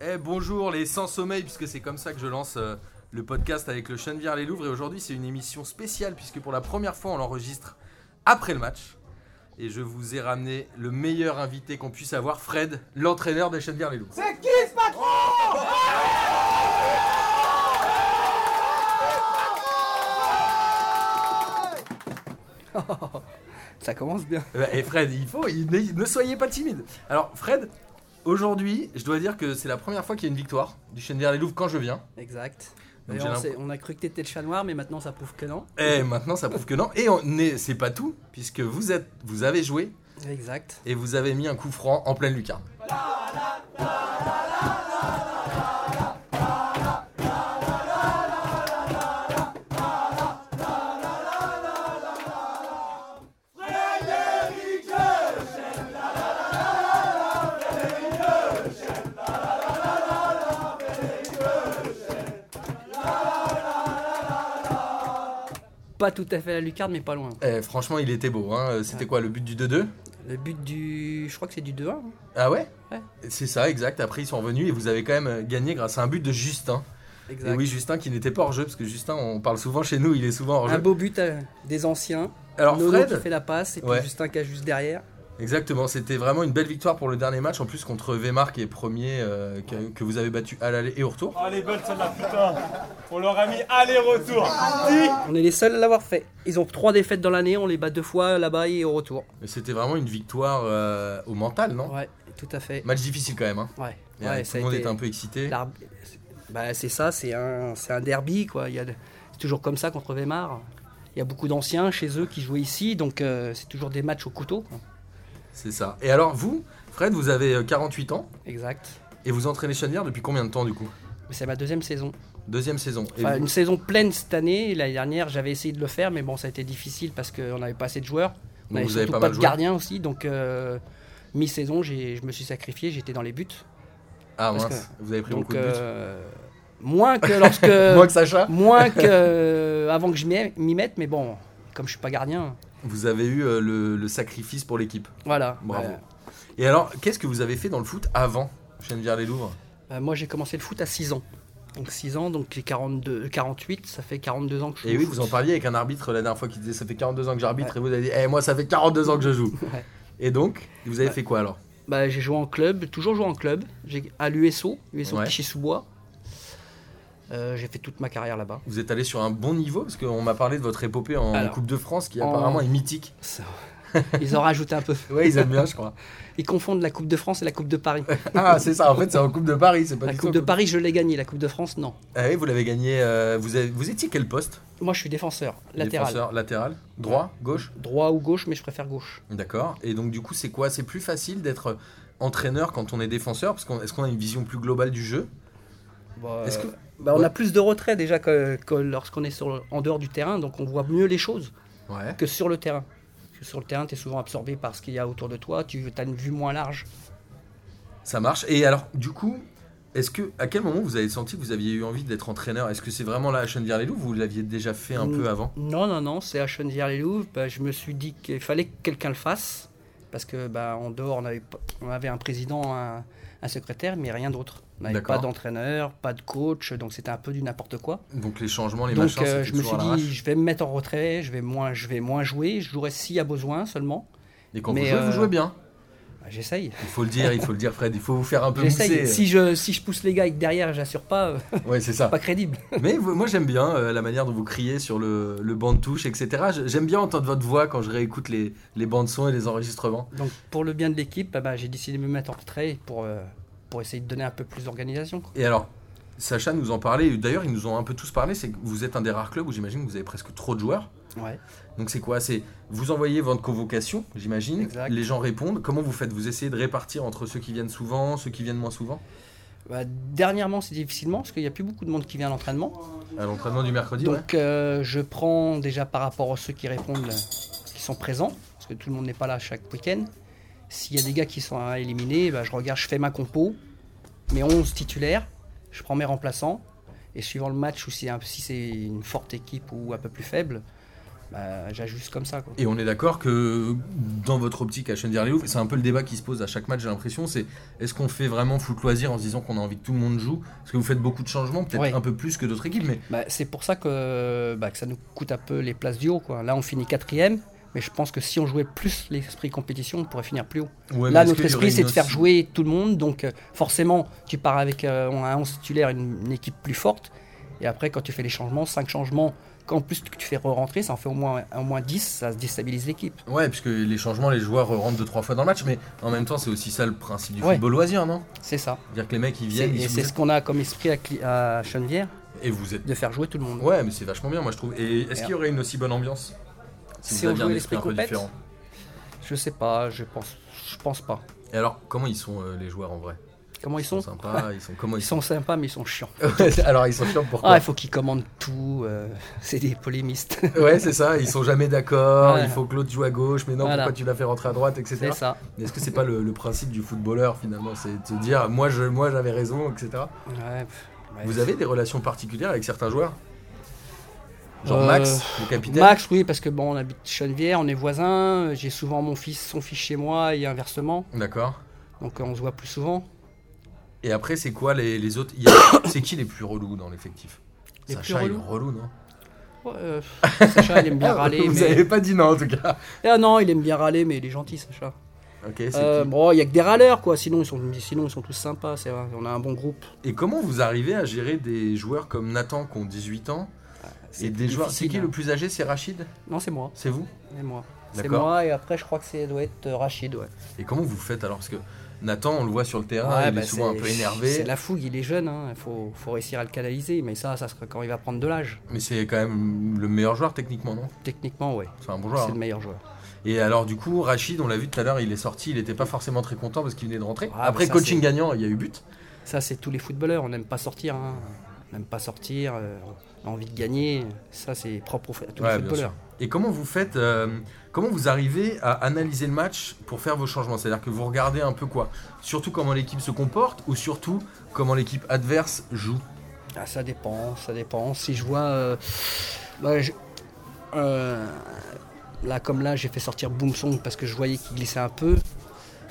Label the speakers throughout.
Speaker 1: Eh, les Sans Sommeil, puisque c'est comme ça que je lance euh, le podcast avec le Chenevière Les Louvres. Et aujourd'hui, c'est une émission spéciale, puisque pour la première fois, on l'enregistre après le match. Et je vous ai ramené le meilleur invité qu'on puisse avoir, Fred, l'entraîneur des Chenevière Les Louvres.
Speaker 2: C'est qui ce patron
Speaker 3: Ça commence bien.
Speaker 1: Eh ben, Et Fred, il faut, il- ne- ne soyez pas timide. Alors, Fred, aujourd'hui, je dois dire que c'est la première fois qu'il y a une victoire du Chenevière Les Louvres quand je viens.
Speaker 3: Exact.
Speaker 1: Donc
Speaker 3: D'ailleurs,
Speaker 1: j'ai
Speaker 3: on,
Speaker 1: l'imp- Eh.
Speaker 3: s'est- on a cru que t'étais le chat noir, mais maintenant ça prouve que non.
Speaker 1: Et maintenant, ça prouve que non. Et on est- c'est pas tout, puisque vous, êtes, vous avez joué
Speaker 3: Exact.
Speaker 1: et vous avez mis un coup franc en pleine lucarne.
Speaker 3: Pas tout à fait la lucarne, mais pas loin.
Speaker 1: Eh, franchement, il était beau. Hein. C'était quoi le but du 2-2
Speaker 3: Le but du. Je crois que c'est du 2-1. hein.
Speaker 1: Ah ouais,
Speaker 3: Ouais.
Speaker 1: C'est ça, exact. Après, ils sont revenus et vous avez quand même euh, gagné grâce à un but de Justin. Et
Speaker 3: Exact.
Speaker 1: Eh oui, Justin qui n'était pas hors jeu, parce que Justin, on parle souvent chez nous, il est souvent hors
Speaker 3: un
Speaker 1: jeu.
Speaker 3: beau but euh, des anciens.
Speaker 1: Alors,
Speaker 3: Nono
Speaker 1: Fred,
Speaker 3: qui fait la passe, et puis
Speaker 1: Ouais.
Speaker 3: Justin qui a juste derrière.
Speaker 1: Exactement, c'était vraiment une belle victoire pour le dernier match, en plus contre Weimar qui est premier, euh, que, que vous avez battu à l'aller et au retour.
Speaker 2: Ah les belles celle-là putain On leur a mis aller-retour
Speaker 3: On est les seuls à l'avoir fait. Ils ont trois défaites dans l'année, on les bat deux fois là-bas et au retour.
Speaker 1: Mais c'était vraiment une victoire euh, au mental, non
Speaker 3: Ouais, tout à fait.
Speaker 1: Match difficile quand même, hein.
Speaker 3: Ouais.
Speaker 1: Et,
Speaker 3: Ouais,
Speaker 1: euh, tout
Speaker 3: ça
Speaker 1: le
Speaker 3: a
Speaker 1: monde
Speaker 3: été-
Speaker 1: était un peu excité.
Speaker 3: l'arb- Bah, c'est ça, c'est un, c'est un derby quoi. Il y a de- c'est toujours comme ça contre Weimar. Il y a beaucoup d'anciens chez eux qui jouaient ici, donc euh, c'est toujours des matchs au couteau. quoi.
Speaker 1: C'est ça. Et alors, vous, Fred, vous avez euh, 48 ans
Speaker 3: Exact.
Speaker 1: et vous entraînez Chenvière depuis combien de temps du coup
Speaker 3: Mais c'est ma deuxième saison.
Speaker 1: Deuxième saison. Et
Speaker 3: Enfin,
Speaker 1: vous-
Speaker 3: une saison pleine cette année. L'année dernière, j'avais essayé de le faire, mais bon, ça a été difficile parce qu'on n'avait pas assez de joueurs. On
Speaker 1: Donc
Speaker 3: n'avait
Speaker 1: vous avez
Speaker 3: surtout
Speaker 1: pas
Speaker 3: pas,
Speaker 1: mal
Speaker 3: de
Speaker 1: joué.
Speaker 3: gardiens aussi. Donc, euh, mi-saison, j'ai- je me suis sacrifié, j'étais dans les buts.
Speaker 1: Ah
Speaker 3: parce
Speaker 1: mince, vous avez pris
Speaker 3: donc,
Speaker 1: beaucoup de buts.
Speaker 3: euh, moins que lorsque.
Speaker 1: Moins que Sacha
Speaker 3: moins que. euh, avant que je m'y m'y mette, mais bon, comme je suis pas gardien,
Speaker 1: Vous avez eu euh, le, le sacrifice pour l'équipe.
Speaker 3: voilà.
Speaker 1: Bravo.
Speaker 3: Euh,
Speaker 1: Et alors, qu'est-ce que vous avez fait dans le foot avant Chenvière les Louvres
Speaker 3: euh, moi, j'ai commencé le foot à 6 ans. Donc, 6 ans, donc j'ai 42, 48, ça fait 42 ans que je joue.
Speaker 1: Et
Speaker 3: au
Speaker 1: oui,
Speaker 3: foot.
Speaker 1: vous en parliez avec un arbitre la dernière fois qui disait ça fait 42 ans que j'arbitre et vous avez dit eh, moi ça fait 42 ans que je joue.
Speaker 3: Ouais.
Speaker 1: Et donc, vous avez
Speaker 3: Ouais.
Speaker 1: fait quoi alors
Speaker 3: Bah, j'ai joué en club, toujours joué en club, j'ai à l'USO, USO
Speaker 1: Ouais.
Speaker 3: Clichy-sous-Bois. Euh, j'ai fait toute ma carrière là-bas.
Speaker 1: Vous êtes allé sur un bon niveau parce qu'on m'a parlé de votre épopée en
Speaker 3: Alors,
Speaker 1: Coupe de France qui
Speaker 3: en-
Speaker 1: apparemment est mythique.
Speaker 3: Ça- Ils en rajoutent un peu.
Speaker 1: Ouais, ils aiment bien, je crois.
Speaker 3: Ils confondent la Coupe de France et la Coupe de Paris.
Speaker 1: Ah, c'est ça, en fait, c'est en Coupe de Paris, c'est pas
Speaker 3: La
Speaker 1: du
Speaker 3: Coupe
Speaker 1: tout.
Speaker 3: de Paris, je l'ai gagnée, la Coupe de France, non.
Speaker 1: Ah oui, vous l'avez gagné. euh, vous, avez- vous étiez quel poste
Speaker 3: Moi, je suis défenseur, latéral.
Speaker 1: Défenseur, latéral, droit, gauche
Speaker 3: Droit ou gauche, mais je préfère gauche.
Speaker 1: D'accord. Et donc, du coup, c'est quoi C'est plus facile d'être entraîneur quand on est défenseur Parce qu'on est-ce qu'on a une vision plus globale du jeu
Speaker 3: Bah,
Speaker 1: Est-ce que-
Speaker 3: bah, on a plus de retrait déjà que, que lorsqu'on est sur, le- en dehors du terrain, donc on voit mieux les choses
Speaker 1: Ouais.
Speaker 3: que sur le terrain. Parce que sur le terrain, tu es souvent absorbé par ce qu'il y a autour de toi, tu as une vue moins large.
Speaker 1: Ça marche. Et alors, du coup, est-ce que à quel moment vous avez senti que vous aviez eu envie d'être entraîneur Est-ce que c'est vraiment là à chennevières les loups Vous l'aviez déjà fait un
Speaker 3: Mm.
Speaker 1: peu avant
Speaker 3: Non, non, non, c'est à Chennevières-les-Louves. Bah, je me suis dit qu'il fallait que quelqu'un le fasse. Parce que bah, en dehors, on avait, pas- on avait un président, un, un secrétaire, mais rien d'autre. On n'avait
Speaker 1: D'accord.
Speaker 3: pas d'entraîneur, pas de coach, donc c'était un peu du n'importe quoi.
Speaker 1: Donc les changements, les
Speaker 3: donc
Speaker 1: machins, c'était
Speaker 3: euh, je me
Speaker 1: toujours
Speaker 3: suis
Speaker 1: à l'arrache.
Speaker 3: dit, je vais me mettre en retrait, je vais moins, je vais moins jouer, je jouerai s'il y a besoin seulement.
Speaker 1: Et quand vous
Speaker 3: mais,
Speaker 1: jouez, vous
Speaker 3: euh,
Speaker 1: jouez bien.
Speaker 3: Bah, j'essaye.
Speaker 1: Il faut le dire, il faut le dire, Fred. Il faut vous faire un peu mousser.
Speaker 3: J'essaye. Si je, si je pousse les gars et que derrière, j'assure pas, euh,
Speaker 1: Ouais, c'est ça.
Speaker 3: pas crédible.
Speaker 1: Mais vous- moi, j'aime bien euh, la manière dont vous criez sur le, le banc de touche, etc. Je- J'aime bien entendre votre voix quand je réécoute les, les bandes son et les enregistrements.
Speaker 3: Donc pour le bien de l'équipe, bah, bah, j'ai décidé de me mettre en retrait pour, euh, pour essayer de donner un peu plus d'organisation. quoi.
Speaker 1: Et alors, Sacha nous en parlait. et D'ailleurs, ils nous ont un peu tous parlé. C'est que vous êtes un des rares clubs où j'imagine que vous avez presque trop de joueurs.
Speaker 3: Ouais.
Speaker 1: Donc c'est quoi C'est vous envoyez votre convocation, j'imagine.
Speaker 3: Exact.
Speaker 1: Les gens répondent. Comment vous faites Vous essayez de répartir entre ceux qui viennent souvent, ceux qui viennent moins souvent
Speaker 3: Bah, dernièrement, c'est difficilement parce qu'il n'y a plus beaucoup de monde qui vient à l'entraînement.
Speaker 1: À l'entraînement du mercredi. ouais.
Speaker 3: Donc, euh, je prends déjà par rapport à ceux qui répondent, euh, qui sont présents, parce que tout le monde n'est pas là chaque week-end. S'il y a des gars qui sont à éliminer, bah, je regarde, je fais ma compo, mes 11 titulaires, je prends mes remplaçants, et suivant le match ou si, si c'est une forte équipe ou un peu plus faible, bah, j'ajuste comme ça. Quoi.
Speaker 1: Et on est d'accord que dans votre optique à chenvière les louvres c'est un peu le débat qui se pose à chaque match, j'ai l'impression, c'est est-ce qu'on fait vraiment foot loisir en se disant qu'on a envie que tout le monde joue Parce que vous faites beaucoup de changements, peut-être
Speaker 3: Ouais.
Speaker 1: un peu plus que d'autres équipes, mais
Speaker 3: Bah, c'est pour ça que, bah, que ça nous coûte un peu les places du haut. Quoi. Là, on finit quatrième, mais je pense que si on jouait plus l'esprit compétition, on pourrait finir plus haut.
Speaker 1: Ouais, mais
Speaker 3: Là,
Speaker 1: est-ce
Speaker 3: notre
Speaker 1: qu'il y aurait
Speaker 3: esprit, c'est
Speaker 1: une
Speaker 3: de faire
Speaker 1: notion-
Speaker 3: jouer tout le monde. Donc, euh, forcément, tu pars avec euh, un 11 titulaire, une, une équipe plus forte. Et après, quand tu fais les changements, 5 changements, qu'en plus tu fais re-rentrer, ça en fait au moins, au moins 10, ça déstabilise l'équipe.
Speaker 1: Ouais, puisque les changements, les joueurs euh, rentrent deux trois fois dans le match, mais en même temps, c'est aussi ça le principe du
Speaker 3: Ouais.
Speaker 1: football loisir, non
Speaker 3: C'est ça.
Speaker 1: C'est-à-dire que les mecs, ils
Speaker 3: C'est-
Speaker 1: viennent,
Speaker 3: Et
Speaker 1: ils
Speaker 3: c'est
Speaker 1: sont-
Speaker 3: ce qu'on a comme esprit à, Cli- à Chennevières,
Speaker 1: et vous êtes.
Speaker 3: de faire jouer tout le monde.
Speaker 1: Ouais, mais c'est vachement bien, moi je trouve. Et est-ce qu'il y aurait une aussi bonne ambiance vous
Speaker 3: Si on
Speaker 1: aviez
Speaker 3: jouait
Speaker 1: un esprit un peu
Speaker 3: l'esprit compète
Speaker 1: différent
Speaker 3: Je sais pas, je pense, je pense pas.
Speaker 1: Et alors, comment ils sont euh, les joueurs en vrai
Speaker 3: Comment ils sont
Speaker 1: sympas, ils sont comment
Speaker 3: Ils sont sympas, mais ils sont chiants.
Speaker 1: alors ils sont chiants
Speaker 3: Ah,
Speaker 1: pourquoi
Speaker 3: il faut qu'ils commandent tout. euh, c'est des polémistes.
Speaker 1: Ouais, c'est ça, ils sont jamais d'accord,
Speaker 3: Voilà.
Speaker 1: il faut que l'autre joue à gauche, mais non,
Speaker 3: Voilà.
Speaker 1: pourquoi tu l'as fait rentrer à droite, etc.
Speaker 3: c'est ça.
Speaker 1: Mais Est-ce que c'est pas le, le principe du footballeur finalement C'est de se dire, moi je, moi j'avais raison, etc.
Speaker 3: Ouais, pff, ouais.
Speaker 1: Vous avez des relations particulières avec certains joueurs Genre
Speaker 3: Euh,
Speaker 1: Max, le capitaine
Speaker 3: Max, oui, parce que bon, on habite Chenevière, on est voisins. euh, J'ai souvent mon fils, son fils chez moi et inversement.
Speaker 1: D'accord.
Speaker 3: Donc euh, on se voit plus souvent.
Speaker 1: Et après, c'est quoi les, les autres Il y a- C'est qui les plus relous dans l'effectif
Speaker 3: Les
Speaker 1: Sacha,
Speaker 3: plus
Speaker 1: il est
Speaker 3: relous
Speaker 1: relou, non Ah,
Speaker 3: Ouais, euh, Sacha, il aime bien râler.
Speaker 1: Vous
Speaker 3: mais...
Speaker 1: avez pas dit non en tout cas.
Speaker 3: Ah non, il aime bien râler, mais il est gentil, Sacha.
Speaker 1: Ok, c'est
Speaker 3: Euh,
Speaker 1: qui
Speaker 3: bon, il y a que des râleurs, quoi. Sinon, ils sont, sinon, ils sont tous sympas, c'est vrai. On a un bon groupe.
Speaker 1: Et comment vous arrivez à gérer des joueurs comme Nathan qui ont 18 ans et
Speaker 3: Ah, C'est
Speaker 1: des joueurs. C'est
Speaker 3: difficile,
Speaker 1: qui
Speaker 3: hein.
Speaker 1: le plus âgé C'est Rachid
Speaker 3: Non, c'est moi.
Speaker 1: C'est vous
Speaker 3: C'est moi. C'est
Speaker 1: D'accord.
Speaker 3: moi, et après, je crois que c'est doit être euh, Rachid, ouais.
Speaker 1: Et comment vous faites alors Parce que Nathan, on le voit sur le terrain,
Speaker 3: Ouais,
Speaker 1: Ah, il
Speaker 3: bah,
Speaker 1: est souvent un
Speaker 3: c'est-
Speaker 1: peu
Speaker 3: C'est
Speaker 1: énervé.
Speaker 3: la fougue, il est jeune, il faut, faut réussir à le canaliser, mais ça, ça sera quand il va prendre de l'âge.
Speaker 1: Mais c'est quand même le meilleur joueur techniquement, non
Speaker 3: Techniquement, ouais.
Speaker 1: C'est un bon joueur.
Speaker 3: C'est
Speaker 1: hein.
Speaker 3: le meilleur joueur.
Speaker 1: Et alors du coup, Rachid, on l'a vu tout à l'heure, il est sorti, il n'était pas forcément très content parce qu'il venait de rentrer.
Speaker 3: Ah,
Speaker 1: Après
Speaker 3: mais ça,
Speaker 1: coaching
Speaker 3: c'est-
Speaker 1: gagnant, il y a eu but.
Speaker 3: Ça, c'est tous les footballeurs, on n'aime pas sortir. hein. On n'aime pas sortir, euh, on a envie de gagner. Ça, c'est propre au fa- à tous
Speaker 1: Ouais,
Speaker 3: les
Speaker 1: bien
Speaker 3: footballeurs.
Speaker 1: Et comment vous faites euh, Comment vous arrivez à analyser le match pour faire vos changements C'est-à-dire que vous regardez un peu quoi Surtout comment l'équipe se comporte ou surtout comment l'équipe adverse joue
Speaker 3: Ah, ça dépend, ça dépend. Si je vois. euh, bah, je- euh, là, comme là, j'ai fait sortir Boomsong parce que je voyais qu'il glissait un peu,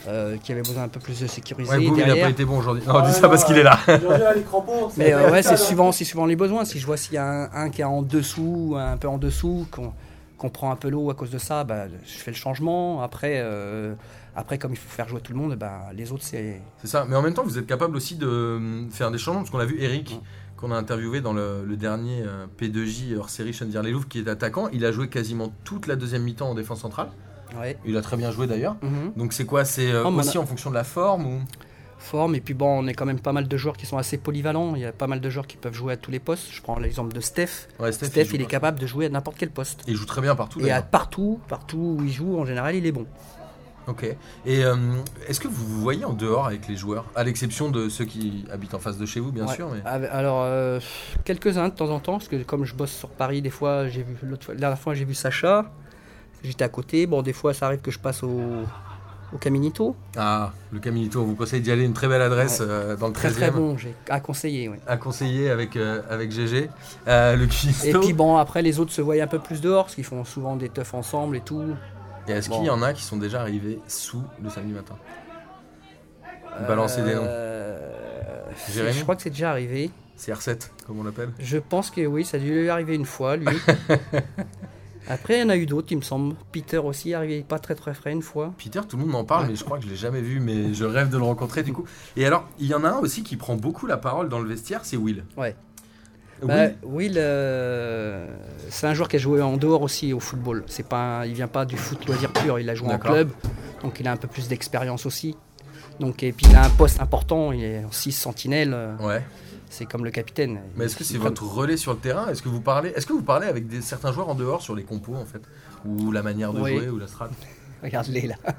Speaker 3: euh, qu'il avait besoin un peu plus de sécuriser
Speaker 1: Ouais, Boum, il a
Speaker 3: derrière. Oh
Speaker 1: pas été bon aujourd'hui. Non,
Speaker 2: Ouais,
Speaker 1: dis ça
Speaker 2: non,
Speaker 1: parce qu'il
Speaker 2: ouais.
Speaker 1: est là.
Speaker 2: Aujourd'hui, là, les crampons,
Speaker 3: Mais euh, ouais,
Speaker 2: ça,
Speaker 3: c'est
Speaker 2: là.
Speaker 3: suivant, c'est suivant les besoins. Si je vois s'il y a un, un qui est en dessous, un peu en dessous, qu'on qu'on prend un peu l'eau à cause de ça, bah, je fais le changement. Après, euh, après comme il faut faire jouer tout le monde, bah, les autres, c'est.
Speaker 1: C'est ça. Mais en même temps, vous êtes capable aussi de euh, faire des changements, parce qu'on l'a vu Eric, qu'on a interviewé dans le, le dernier euh, P2J hors série Chenvier les Louvres, qui est attaquant. Il a joué quasiment toute la deuxième mi-temps en défense centrale.
Speaker 3: Ouais.
Speaker 1: Il a très bien joué d'ailleurs.
Speaker 3: Mhm.
Speaker 1: Donc c'est quoi C'est euh,
Speaker 3: Oh, mais on
Speaker 1: aussi en fonction de la forme ou...
Speaker 3: Forme, et puis bon, on est quand même pas mal de joueurs qui sont assez polyvalents. Il y a pas mal de joueurs qui peuvent jouer à tous les postes. Je prends l'exemple de Steph.
Speaker 1: Ouais,
Speaker 3: Steph,
Speaker 1: joue
Speaker 3: il est
Speaker 1: pas.
Speaker 3: capable de jouer à n'importe quel poste.
Speaker 1: Et il joue très bien partout.
Speaker 3: Et à
Speaker 1: d'ailleurs.
Speaker 3: partout, partout où il joue, en général, il est bon.
Speaker 1: Ok. Et euh, est-ce que vous vous voyez en dehors avec les joueurs À l'exception de ceux qui habitent en face de chez vous, bien
Speaker 3: Ouais.
Speaker 1: sûr. Mais...
Speaker 3: Ah, bah, Alors, euh, quelques-uns de temps en temps, parce que comme je bosse sur Paris, des fois, j'ai vu, l'autre fois- la dernière fois, j'ai vu Sacha, j'étais à côté. Bon, des fois, ça arrive que je passe au, au Caminito.
Speaker 1: Ah, le Caminito, on vous conseille d'y aller. Une très belle adresse euh, dans le 13e.
Speaker 3: Très, très bon, j'ai à conseiller, ouais.
Speaker 1: À conseiller avec, euh, avec GG. Euh, le
Speaker 3: Et
Speaker 1: Cuisto.
Speaker 3: puis, bon, après, les autres se voient un peu plus dehors, parce qu'ils font souvent des teufs ensemble et tout.
Speaker 1: Et est-ce
Speaker 3: Bon.
Speaker 1: qu'il y en a qui sont déjà arrivés sous le samedi matin Balancez des noms.
Speaker 3: Euh, c'est-
Speaker 1: Jérémy
Speaker 3: Je crois que c'est déjà arrivé.
Speaker 1: C'est R7, comme on l'appelle.
Speaker 3: Je pense que oui, ça a dû lui arriver une fois, lui. Après, il y en a eu d'autres, il me semble. Peter aussi, arrivé pas très très frais une fois.
Speaker 1: Peter, tout le monde en parle, mais je crois que je l'ai jamais vu, mais je rêve de le rencontrer du coup. Et alors, il y en a un aussi qui prend beaucoup la parole dans le vestiaire, c'est Will.
Speaker 3: Ouais.
Speaker 1: Will,
Speaker 3: Bah, Will, euh, c'est un joueur qui a joué en dehors aussi au football. C'est pas, un- il vient pas du foot loisir pur, il a joué en
Speaker 1: D'accord.
Speaker 3: club, donc il a un peu plus d'expérience aussi. Donc et puis il a un poste important, il est en 6 sentinelles, euh,
Speaker 1: ouais.
Speaker 3: c'est comme le capitaine.
Speaker 1: Mais est-ce que c'est
Speaker 3: Il prend-
Speaker 1: votre relais sur le terrain Est-ce que vous parlez Est-ce que vous parlez avec des, certains joueurs en dehors sur les compos en fait ou la manière de
Speaker 3: Oui.
Speaker 1: jouer ou la strat
Speaker 3: Regarde-les là.
Speaker 1: Parce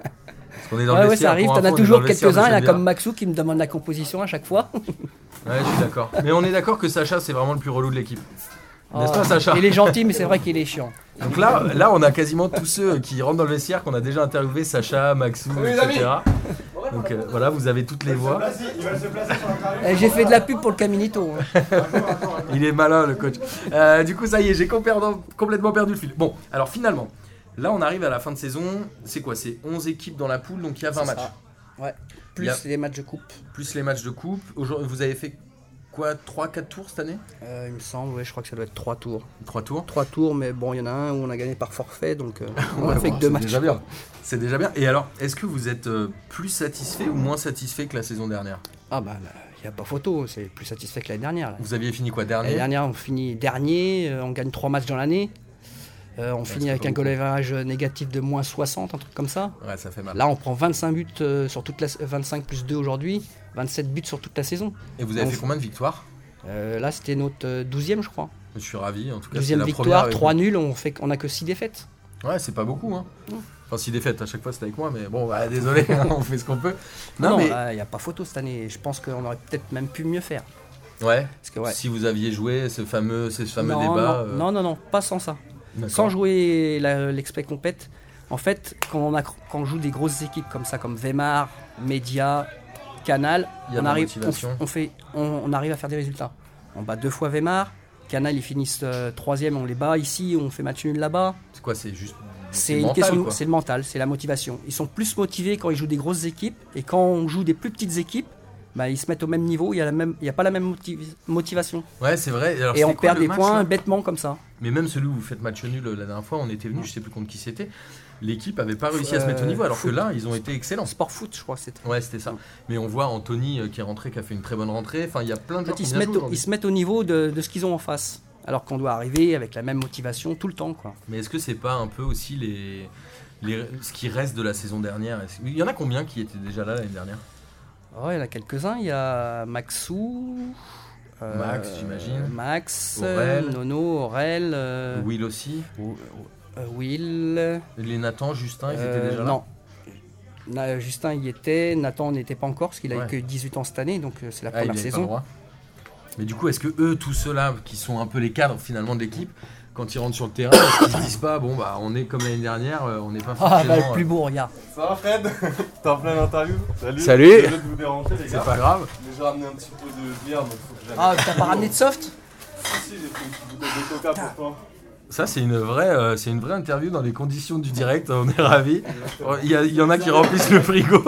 Speaker 1: qu'on est dans le
Speaker 3: Ouais, ouais,
Speaker 1: vestiaire,
Speaker 3: ça arrive,
Speaker 1: pour
Speaker 3: t'en
Speaker 1: info,
Speaker 3: as
Speaker 1: on est dans
Speaker 3: toujours
Speaker 1: le vestiaire de
Speaker 3: quelques-uns, là
Speaker 1: Chenvière.
Speaker 3: comme Maxou qui me demande la composition à chaque fois.
Speaker 1: Ouais, je suis d'accord. Mais on est d'accord que Sacha, c'est vraiment le plus relou de l'équipe. N'est-ce pas, Sacha
Speaker 3: Oh. Il est gentil, mais c'est vrai qu'il est chiant.
Speaker 1: Donc là, là, on a quasiment tous ceux qui rentrent dans le vestiaire qu'on a déjà interviewé, Sacha, Maxou,
Speaker 2: Salut, les
Speaker 1: etc. Donc euh, voilà, vous avez toutes les voix.
Speaker 2: Il va se placer sur la carrière.
Speaker 3: Eh, J'ai fait de la pub pour le Caminito. hein.
Speaker 1: Il est malin le coach. Euh, du coup, ça y est, j'ai com- perdant- complètement perdu le fil. Bon, alors finalement, là on arrive à la fin de saison. C'est quoi C'est 11 équipes dans la poule, donc il y a 20
Speaker 3: C'est
Speaker 1: matchs.
Speaker 3: ça. Ouais. Plus
Speaker 1: Il y a-
Speaker 3: les matchs de coupe,
Speaker 1: Plus les matchs de coupe. Aujourd'hui, vous avez fait quoi 3-4 tours cette année
Speaker 3: Euh, il me semble. Ouais, je crois que ça doit être trois tours.
Speaker 1: 3 tours.
Speaker 3: Trois tours, mais bon, il y en a un où on a gagné par forfait, donc euh, on
Speaker 1: Ouais,
Speaker 3: a fait
Speaker 1: bon,
Speaker 3: que deux
Speaker 1: c'est
Speaker 3: matchs.
Speaker 1: déjà bien. C'est déjà bien. Et alors, est-ce que vous êtes euh, plus satisfait ou moins satisfait que la saison dernière
Speaker 3: Ah bah, il n'y a pas photo, c'est plus satisfait que l'année dernière. là.
Speaker 1: Vous aviez fini quoi
Speaker 3: L'année
Speaker 1: dernier
Speaker 3: dernière, on finit dernier, euh, on gagne trois matchs dans l'année. Euh, on finit
Speaker 1: c'est
Speaker 3: avec
Speaker 1: pas
Speaker 3: un goal
Speaker 1: beaucoup.
Speaker 3: average négatif de moins 60, un truc comme ça.
Speaker 1: Ouais, ça fait mal.
Speaker 3: Là, on prend 25 buts euh, sur toute la... 25 plus 2 aujourd'hui, 27 buts sur toute la saison.
Speaker 1: Et vous avez
Speaker 3: on-
Speaker 1: fait combien de victoires
Speaker 3: Euh, là, c'était notre euh, 12e, je crois.
Speaker 1: Je suis ravi. En tout cas, c'est
Speaker 3: 12e
Speaker 1: la première.
Speaker 3: victoire,
Speaker 1: avec-
Speaker 3: 3 nuls, on fait on a que 6 défaites.
Speaker 1: Ouais, c'est pas beaucoup. Hein.
Speaker 3: Non.
Speaker 1: Enfin, si défaite, à chaque fois c'est avec moi, mais bon, bah, désolé, hein, on fait ce qu'on peut. Non,
Speaker 3: Non, bah,
Speaker 1: mais.
Speaker 3: il n'y a pas photo cette année. Je pense qu'on aurait peut-être même pu mieux faire.
Speaker 1: Ouais.
Speaker 3: Parce que, ouais.
Speaker 1: Si vous aviez joué ce fameux, ce fameux
Speaker 3: non,
Speaker 1: débat.
Speaker 3: non,
Speaker 1: euh,
Speaker 3: non, non, non, pas sans ça.
Speaker 1: d'accord.
Speaker 3: Sans jouer la- l'expect compète, en fait, quand on, a, quand on joue des grosses équipes comme ça, comme Weimar, Média, Canal,
Speaker 1: Il y a
Speaker 3: on
Speaker 1: de la
Speaker 3: arrive, on,
Speaker 1: motivation.
Speaker 3: on fait, on, on arrive à faire des résultats. On bat deux fois Weimar, Canal ils finissent euh, troisième, on les bat ici, on fait match nul là-bas.
Speaker 1: C'est quoi C'est juste.
Speaker 3: C'est une
Speaker 1: mental,
Speaker 3: question,
Speaker 1: quoi.
Speaker 3: c'est le mental, c'est la motivation. Ils sont plus motivés quand ils jouent des grosses équipes et quand on joue des plus petites équipes, bah, ils se mettent au même niveau. Il y a la même, il y a pas la même motiv- motivation
Speaker 1: Ouais, c'est vrai. alors,
Speaker 3: et
Speaker 1: c'était
Speaker 3: on
Speaker 1: quoi,
Speaker 3: perd
Speaker 1: le
Speaker 3: des
Speaker 1: match,
Speaker 3: points
Speaker 1: là
Speaker 3: bêtement comme ça.
Speaker 1: Mais même celui où vous faites match nul euh, la dernière fois, on était venu, je sais plus contre qui c'était. L'équipe avait pas réussi à se mettre au niveau,
Speaker 3: Euh,
Speaker 1: alors que
Speaker 3: foot.
Speaker 1: là, ils ont été excellents.
Speaker 3: Sport foot, je crois, c'est
Speaker 1: Ouais, c'était ça. Mais on voit Anthony euh, qui est rentré, qui a fait une très bonne rentrée. Enfin, il y a plein de
Speaker 3: En
Speaker 1: joueurs
Speaker 3: fait, ils,
Speaker 1: qui
Speaker 3: se
Speaker 1: ont bien
Speaker 3: mettent
Speaker 1: joué
Speaker 3: au, ils
Speaker 1: aujourd'hui.
Speaker 3: se mettent au niveau de, de ce qu'ils ont en face. Alors qu'on doit arriver avec la même motivation tout le temps. Quoi.
Speaker 1: Mais est-ce que c'est pas un peu aussi les, les- ce qui reste de la saison dernière Est-ce- Il y en a combien qui étaient déjà là l'année dernière
Speaker 3: Oh, il y en a quelques-uns. Il y a Maxou. euh,
Speaker 1: Max, j'imagine.
Speaker 3: Max,
Speaker 1: Aurel.
Speaker 3: euh, Nono, Aurel, euh,
Speaker 1: Will aussi
Speaker 3: euh, Will.
Speaker 1: Les Nathan, Justin, ils
Speaker 3: euh,
Speaker 1: étaient déjà là Ah,
Speaker 3: Non. Na- Justin y était, Nathan n'était pas encore, parce qu'il a
Speaker 1: Ouais.
Speaker 3: eu que 18 ans cette année, donc euh, c'est la
Speaker 1: Ah, il avait
Speaker 3: première
Speaker 1: pas le
Speaker 3: saison.
Speaker 1: droit. Mais du coup, est-ce que eux, tous ceux-là, qui sont un peu les cadres finalement de l'équipe, quand ils rentrent sur le terrain, est-ce qu'ils se disent pas, bon, bah, on est comme l'année dernière, euh, on n'est pas
Speaker 3: Ah,
Speaker 1: forcément.
Speaker 3: bah, le
Speaker 1: euh,
Speaker 3: plus beau, regarde.
Speaker 2: Ça va Fred T'es en pleine interview Salut
Speaker 1: Salut.
Speaker 2: Désolé de vous déranger les
Speaker 1: c'est
Speaker 2: gars.
Speaker 1: pas grave.
Speaker 2: Mais j'ai ramené un petit peu de bière, donc faut que j'aille.
Speaker 3: Ah, t'as pas ramené de soft
Speaker 2: Si, j'ai fait une petite bouteille de coca pour toi.
Speaker 1: Ça, c'est une vraie, euh, c'est une vraie interview dans les conditions du direct. On est ravis. Il y, a- il y en a qui remplissent le frigo.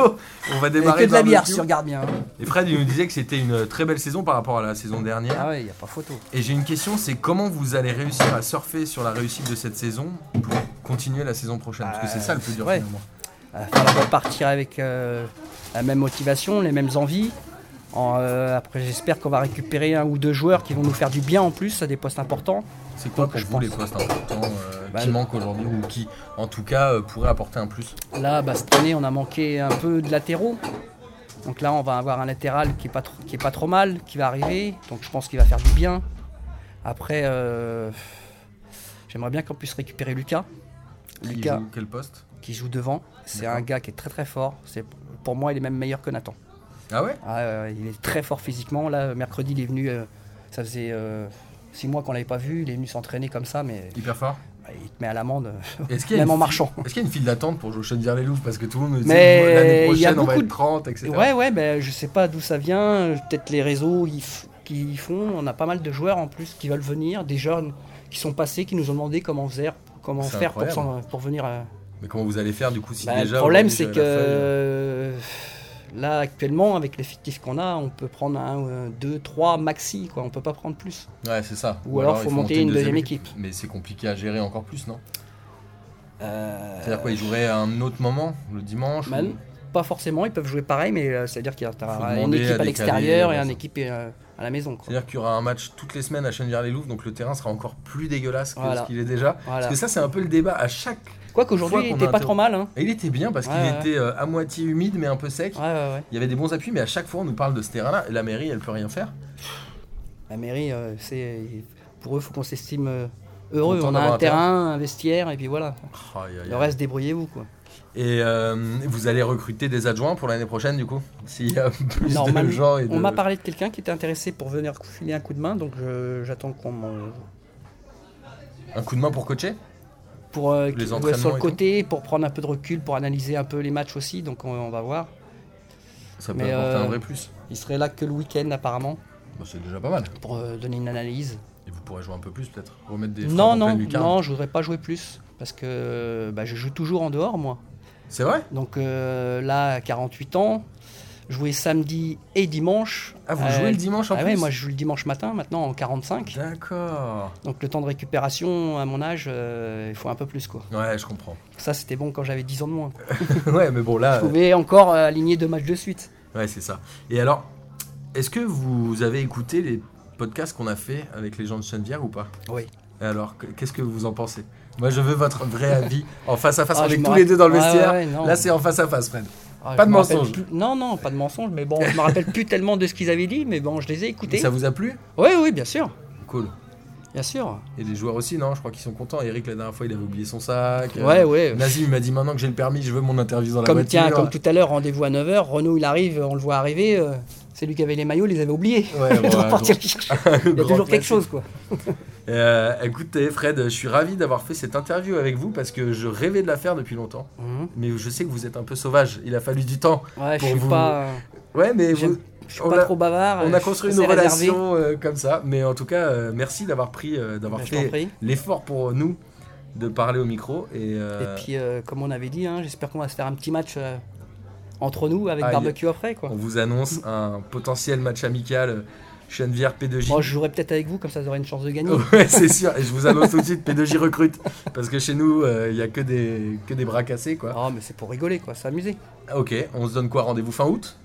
Speaker 1: On va
Speaker 3: Et
Speaker 1: démarrer
Speaker 3: que de la
Speaker 1: le
Speaker 3: bière,
Speaker 1: barbecue.
Speaker 3: si tu regardes bien. hein.
Speaker 1: Et Fred, il nous disait que c'était une très belle saison par rapport à la saison dernière.
Speaker 3: Ah ouais, il n'y a pas photo.
Speaker 1: Et j'ai une question, c'est comment vous allez réussir à surfer sur la réussite de cette saison pour continuer la saison prochaine Parce que c'est ça le plus dur
Speaker 3: ouais.
Speaker 1: finalement.
Speaker 3: Euh, falloir repartir avec euh, la même motivation, les mêmes envies. En, euh, après, j'espère qu'on va récupérer un ou deux joueurs qui vont nous faire du bien en plus à des postes importants.
Speaker 1: C'est quoi
Speaker 3: Donc,
Speaker 1: pour
Speaker 3: je
Speaker 1: vous les
Speaker 3: pense-
Speaker 1: postes importants euh,
Speaker 3: Bah,
Speaker 1: qui
Speaker 3: le-
Speaker 1: manquent aujourd'hui ou qui, en tout cas, euh, pourraient apporter un plus
Speaker 3: Là, bah, cette année, on a manqué un peu de latéraux. Donc là, on va avoir un latéral qui est pas, trop- qui est pas trop mal, qui va arriver. Donc je pense qu'il va faire du bien. Après, euh, j'aimerais bien qu'on puisse récupérer Lucas.
Speaker 1: Qui
Speaker 3: Lucas
Speaker 1: joue quel poste
Speaker 3: qui joue devant. C'est
Speaker 1: D'accord.
Speaker 3: un gars qui est très très fort. C'est pour moi, il est même meilleur que Nathan.
Speaker 1: Ah ouais
Speaker 3: Ah, euh, il est très fort physiquement. Là, mercredi, il est venu. euh, ça faisait 6 mois qu'on l'avait pas vu. Il est venu s'entraîner comme ça, mais
Speaker 1: Hyper fort.
Speaker 3: bah, il te met à l'amende, euh,
Speaker 1: Est-ce qu'il y a
Speaker 3: même
Speaker 1: une
Speaker 3: en
Speaker 1: file-
Speaker 3: marchant.
Speaker 1: Est-ce qu'il y a une file d'attente pour Jochen dire les Louvres Parce que tout le monde me dit
Speaker 3: Mais
Speaker 1: Moi, l'année
Speaker 3: il y a
Speaker 1: prochaine on va
Speaker 3: beaucoup
Speaker 1: être 30, etc.
Speaker 3: Ouais, ouais, ben je sais pas d'où ça vient. euh, Peut-être les réseaux ils f- qui font. On a pas mal de joueurs en plus qui veulent venir, des jeunes qui sont passés, qui nous ont demandé comment faire, comment
Speaker 1: C'est
Speaker 3: faire pour,
Speaker 1: incroyable.
Speaker 3: s'en- pour venir. euh,
Speaker 1: Mais comment vous allez faire du coup si
Speaker 3: Bah,
Speaker 1: déjà
Speaker 3: le problème,
Speaker 1: aujourd'hui,
Speaker 3: c'est que
Speaker 1: j'avais la feuille,
Speaker 3: euh, là, actuellement, avec l'effectif qu'on a, on peut prendre un, euh, deux, trois maxi, quoi. On peut pas prendre plus.
Speaker 1: euh, Ouais, c'est ça.
Speaker 3: Ou alors, faut monter une deuxième équipe. Euh,
Speaker 1: Mais c'est compliqué à gérer encore plus, non C'est-à-dire quoi Ils joueraient à un autre moment, le dimanche ou-
Speaker 3: Man, pas forcément, ils peuvent jouer pareil, mais euh, c'est-à-dire qu'il y a
Speaker 1: Faut
Speaker 3: t'as une
Speaker 1: demander à
Speaker 3: équipe
Speaker 1: décaler,
Speaker 3: à l'extérieur et
Speaker 1: ouais,
Speaker 3: une
Speaker 1: ça.
Speaker 3: équipe euh, à la maison. Quoi.
Speaker 1: C'est-à-dire qu'il y aura un match toutes les semaines à Chennevières-les-Louves, donc le terrain sera encore plus dégueulasse que
Speaker 3: Voilà.
Speaker 1: ce qu'il est déjà.
Speaker 3: Voilà.
Speaker 1: Parce que ça, c'est un peu le débat à chaque.
Speaker 3: Quoi qu'aujourd'hui,
Speaker 1: Fois
Speaker 3: il
Speaker 1: qu'on
Speaker 3: était
Speaker 1: a
Speaker 3: pas trop mal. Hein.
Speaker 1: Et il était bien parce qu'il
Speaker 3: Ouais, ouais.
Speaker 1: était euh, à moitié humide mais un peu sec.
Speaker 3: Ouais, ouais, ouais.
Speaker 1: Il y avait des bons appuis, mais à chaque fois, on nous parle de ce terrain-là. Et La mairie, elle peut rien faire.
Speaker 3: La mairie, euh, c'est pour eux, faut qu'on s'estime euh, heureux.
Speaker 1: Content
Speaker 3: On a
Speaker 1: d'avoir
Speaker 3: un
Speaker 1: un terrain.
Speaker 3: terrain, un vestiaire, et puis voilà.
Speaker 1: Aïe, aïe,
Speaker 3: Oh, Le
Speaker 1: aïe.
Speaker 3: reste, débrouillez-vous. quoi.
Speaker 1: Et euh, vous allez recruter des adjoints pour l'année prochaine, du coup S'il y a plus de
Speaker 3: Normalement,
Speaker 1: gens et de.
Speaker 3: On m'a parlé de quelqu'un qui était intéressé pour venir filer un coup de main, donc je- j'attends qu'on m'en-
Speaker 1: Un coup de main pour coacher
Speaker 3: pour euh,
Speaker 1: Les
Speaker 3: qui- ouais,
Speaker 1: entraînements
Speaker 3: sur le
Speaker 1: et tout.
Speaker 3: côté, pour prendre un peu de recul, pour analyser un peu les matchs aussi. Donc on, on va voir.
Speaker 1: Ça peut
Speaker 3: Mais,
Speaker 1: apporter
Speaker 3: euh,
Speaker 1: un vrai plus.
Speaker 3: Il serait là que le week-end apparemment
Speaker 1: Bah, c'est déjà pas mal.
Speaker 3: pour euh, donner une analyse.
Speaker 1: Et vous pourrez jouer un peu plus peut-être. Remettre des frappes en
Speaker 3: Non, non,
Speaker 1: pleine lucarne.
Speaker 3: non, je voudrais pas jouer plus parce que euh, bah, je joue toujours en dehors moi.
Speaker 1: C'est vrai
Speaker 3: Donc euh, là, à 48 ans, jouer samedi et dimanche.
Speaker 1: Ah, vous
Speaker 3: Euh,
Speaker 1: jouez le dimanche en
Speaker 3: ah
Speaker 1: plus
Speaker 3: ouais, moi je joue le dimanche matin maintenant en 45.
Speaker 1: D'accord.
Speaker 3: Donc le temps de récupération à mon âge, euh, il faut un peu plus quoi.
Speaker 1: Ouais, je comprends.
Speaker 3: Ça c'était bon quand j'avais 10 ans de moins. quoi.
Speaker 1: Ah ouais, mais bon, là.
Speaker 3: Je pouvais encore euh, aligner deux matchs de suite.
Speaker 1: Ouais, c'est ça. Et alors, est-ce que vous avez écouté les podcasts qu'on a fait avec les gens de Chenevière ou pas
Speaker 3: Oui.
Speaker 1: Et alors, que- qu'est-ce que vous en pensez Moi, je veux votre vrai avis en face à face.
Speaker 3: Ah,
Speaker 1: On
Speaker 3: je
Speaker 1: est
Speaker 3: me
Speaker 1: tous les
Speaker 3: rapp-
Speaker 1: deux dans le
Speaker 3: Ouais,
Speaker 1: vestiaire.
Speaker 3: ouais, non.
Speaker 1: Là, c'est en face à face, Fred.
Speaker 3: Ah,
Speaker 1: pas
Speaker 3: je
Speaker 1: de
Speaker 3: me rappelle
Speaker 1: mensonge.
Speaker 3: plus- Non, non, pas de mensonge, mais bon, je me rappelle plus tellement de ce qu'ils avaient dit, mais bon, je les ai écoutés.
Speaker 1: Ça vous a plu
Speaker 3: Oui, oui, bien sûr,
Speaker 1: Cool.
Speaker 3: bien sûr.
Speaker 1: Et les joueurs aussi, non Je crois qu'ils sont contents. Eric, la dernière fois, il avait oublié son sac. Euh,
Speaker 3: Ouais, ouais.
Speaker 1: Nazim il m'a dit maintenant que j'ai le permis, je veux mon interview dans la
Speaker 3: Comme
Speaker 1: voiture.
Speaker 3: tiens, comme tout à l'heure, rendez-vous à 9h, Renaud il arrive, on le voit arriver, euh, c'est lui qui avait les maillots, il les avait oubliés.
Speaker 1: Ouais,
Speaker 3: Il
Speaker 1: bon,
Speaker 3: doit
Speaker 1: ouais,
Speaker 3: partir
Speaker 1: bon.
Speaker 3: les chercher.
Speaker 1: Ah, Grand
Speaker 3: Il y a toujours
Speaker 1: classique.
Speaker 3: quelque chose quoi.
Speaker 1: Euh, écoutez, Fred, je suis ravi d'avoir fait cette interview avec vous parce que je rêvais de la faire depuis longtemps.
Speaker 3: Mhm.
Speaker 1: Mais je sais que vous êtes un peu sauvage. Il a fallu du temps.
Speaker 3: Ouais, je
Speaker 1: Pour
Speaker 3: suis
Speaker 1: vous-
Speaker 3: pas,
Speaker 1: Ouais, mais
Speaker 3: j'aime-
Speaker 1: vous-
Speaker 3: je suis
Speaker 1: on
Speaker 3: pas
Speaker 1: a-
Speaker 3: trop bavard.
Speaker 1: on
Speaker 3: euh,
Speaker 1: a
Speaker 3: je
Speaker 1: construit
Speaker 3: suis
Speaker 1: une
Speaker 3: assez réservé.
Speaker 1: relation euh, comme ça. Mais en tout cas, euh, merci d'avoir pris, euh, d'avoir
Speaker 3: Ben, je t'en
Speaker 1: fait
Speaker 3: prie.
Speaker 1: l'effort pour nous de parler au micro. Et, euh,
Speaker 3: Et puis, euh, comme on avait dit, hein, j'espère qu'on va se faire un petit match euh, entre nous avec
Speaker 1: Ah, il y a-
Speaker 3: barbecue après quoi.
Speaker 1: on vous annonce un potentiel match amical euh, Chenevière P2J.
Speaker 3: Moi, Oh, je jouerai peut-être avec vous, comme ça, vous aurez une chance de gagner.
Speaker 1: Ouais, c'est sûr. Et je vous annonce tout de suite, P2J recrute. Parce que chez nous, euh, il n'y a que des, que des bras cassés, quoi.
Speaker 3: Ah, mais c'est pour rigoler, quoi, s'amuser.
Speaker 1: Ok, on se donne quoi Rendez-vous fin août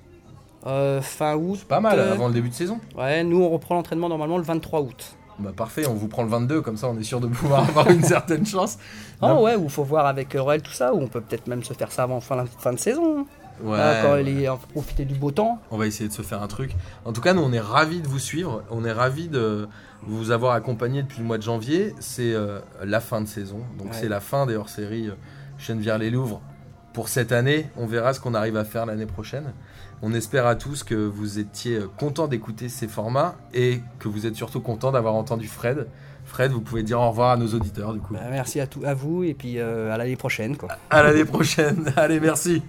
Speaker 3: Euh, fin août.
Speaker 1: Pas mal,
Speaker 3: euh,
Speaker 1: avant le début de saison.
Speaker 3: Ouais, nous, on reprend l'entraînement normalement le 23 août.
Speaker 1: Bah parfait, on vous prend le 22, comme ça on est sûr de pouvoir avoir une certaine chance.
Speaker 3: Ah
Speaker 1: Non.
Speaker 3: ouais, ou faut voir avec Aurel tout ça, ou on peut peut-être même se faire ça avant fin, la fin de saison. hein.
Speaker 1: Ouais,
Speaker 3: Là, quand
Speaker 1: ouais.
Speaker 3: il est en- profiter du beau temps.
Speaker 1: on va essayer de se faire un truc. En tout cas, nous on est ravis de vous suivre, on est ravis de vous avoir accompagné depuis le mois de janvier. C'est euh, la fin de saison, donc
Speaker 3: Ouais.
Speaker 1: c'est la fin des hors-séries euh, Chenevière-les-Louvres pour cette année. On verra ce qu'on arrive à faire l'année prochaine. On espère à tous que vous étiez euh, contents d'écouter ces formats et que vous êtes surtout contents d'avoir entendu Fred. Fred, vous pouvez dire au revoir à nos auditeurs du coup.
Speaker 3: Bah, merci à, tout, à vous, et puis euh, à l'année prochaine, quoi.
Speaker 1: À l'année prochaine. Allez, merci.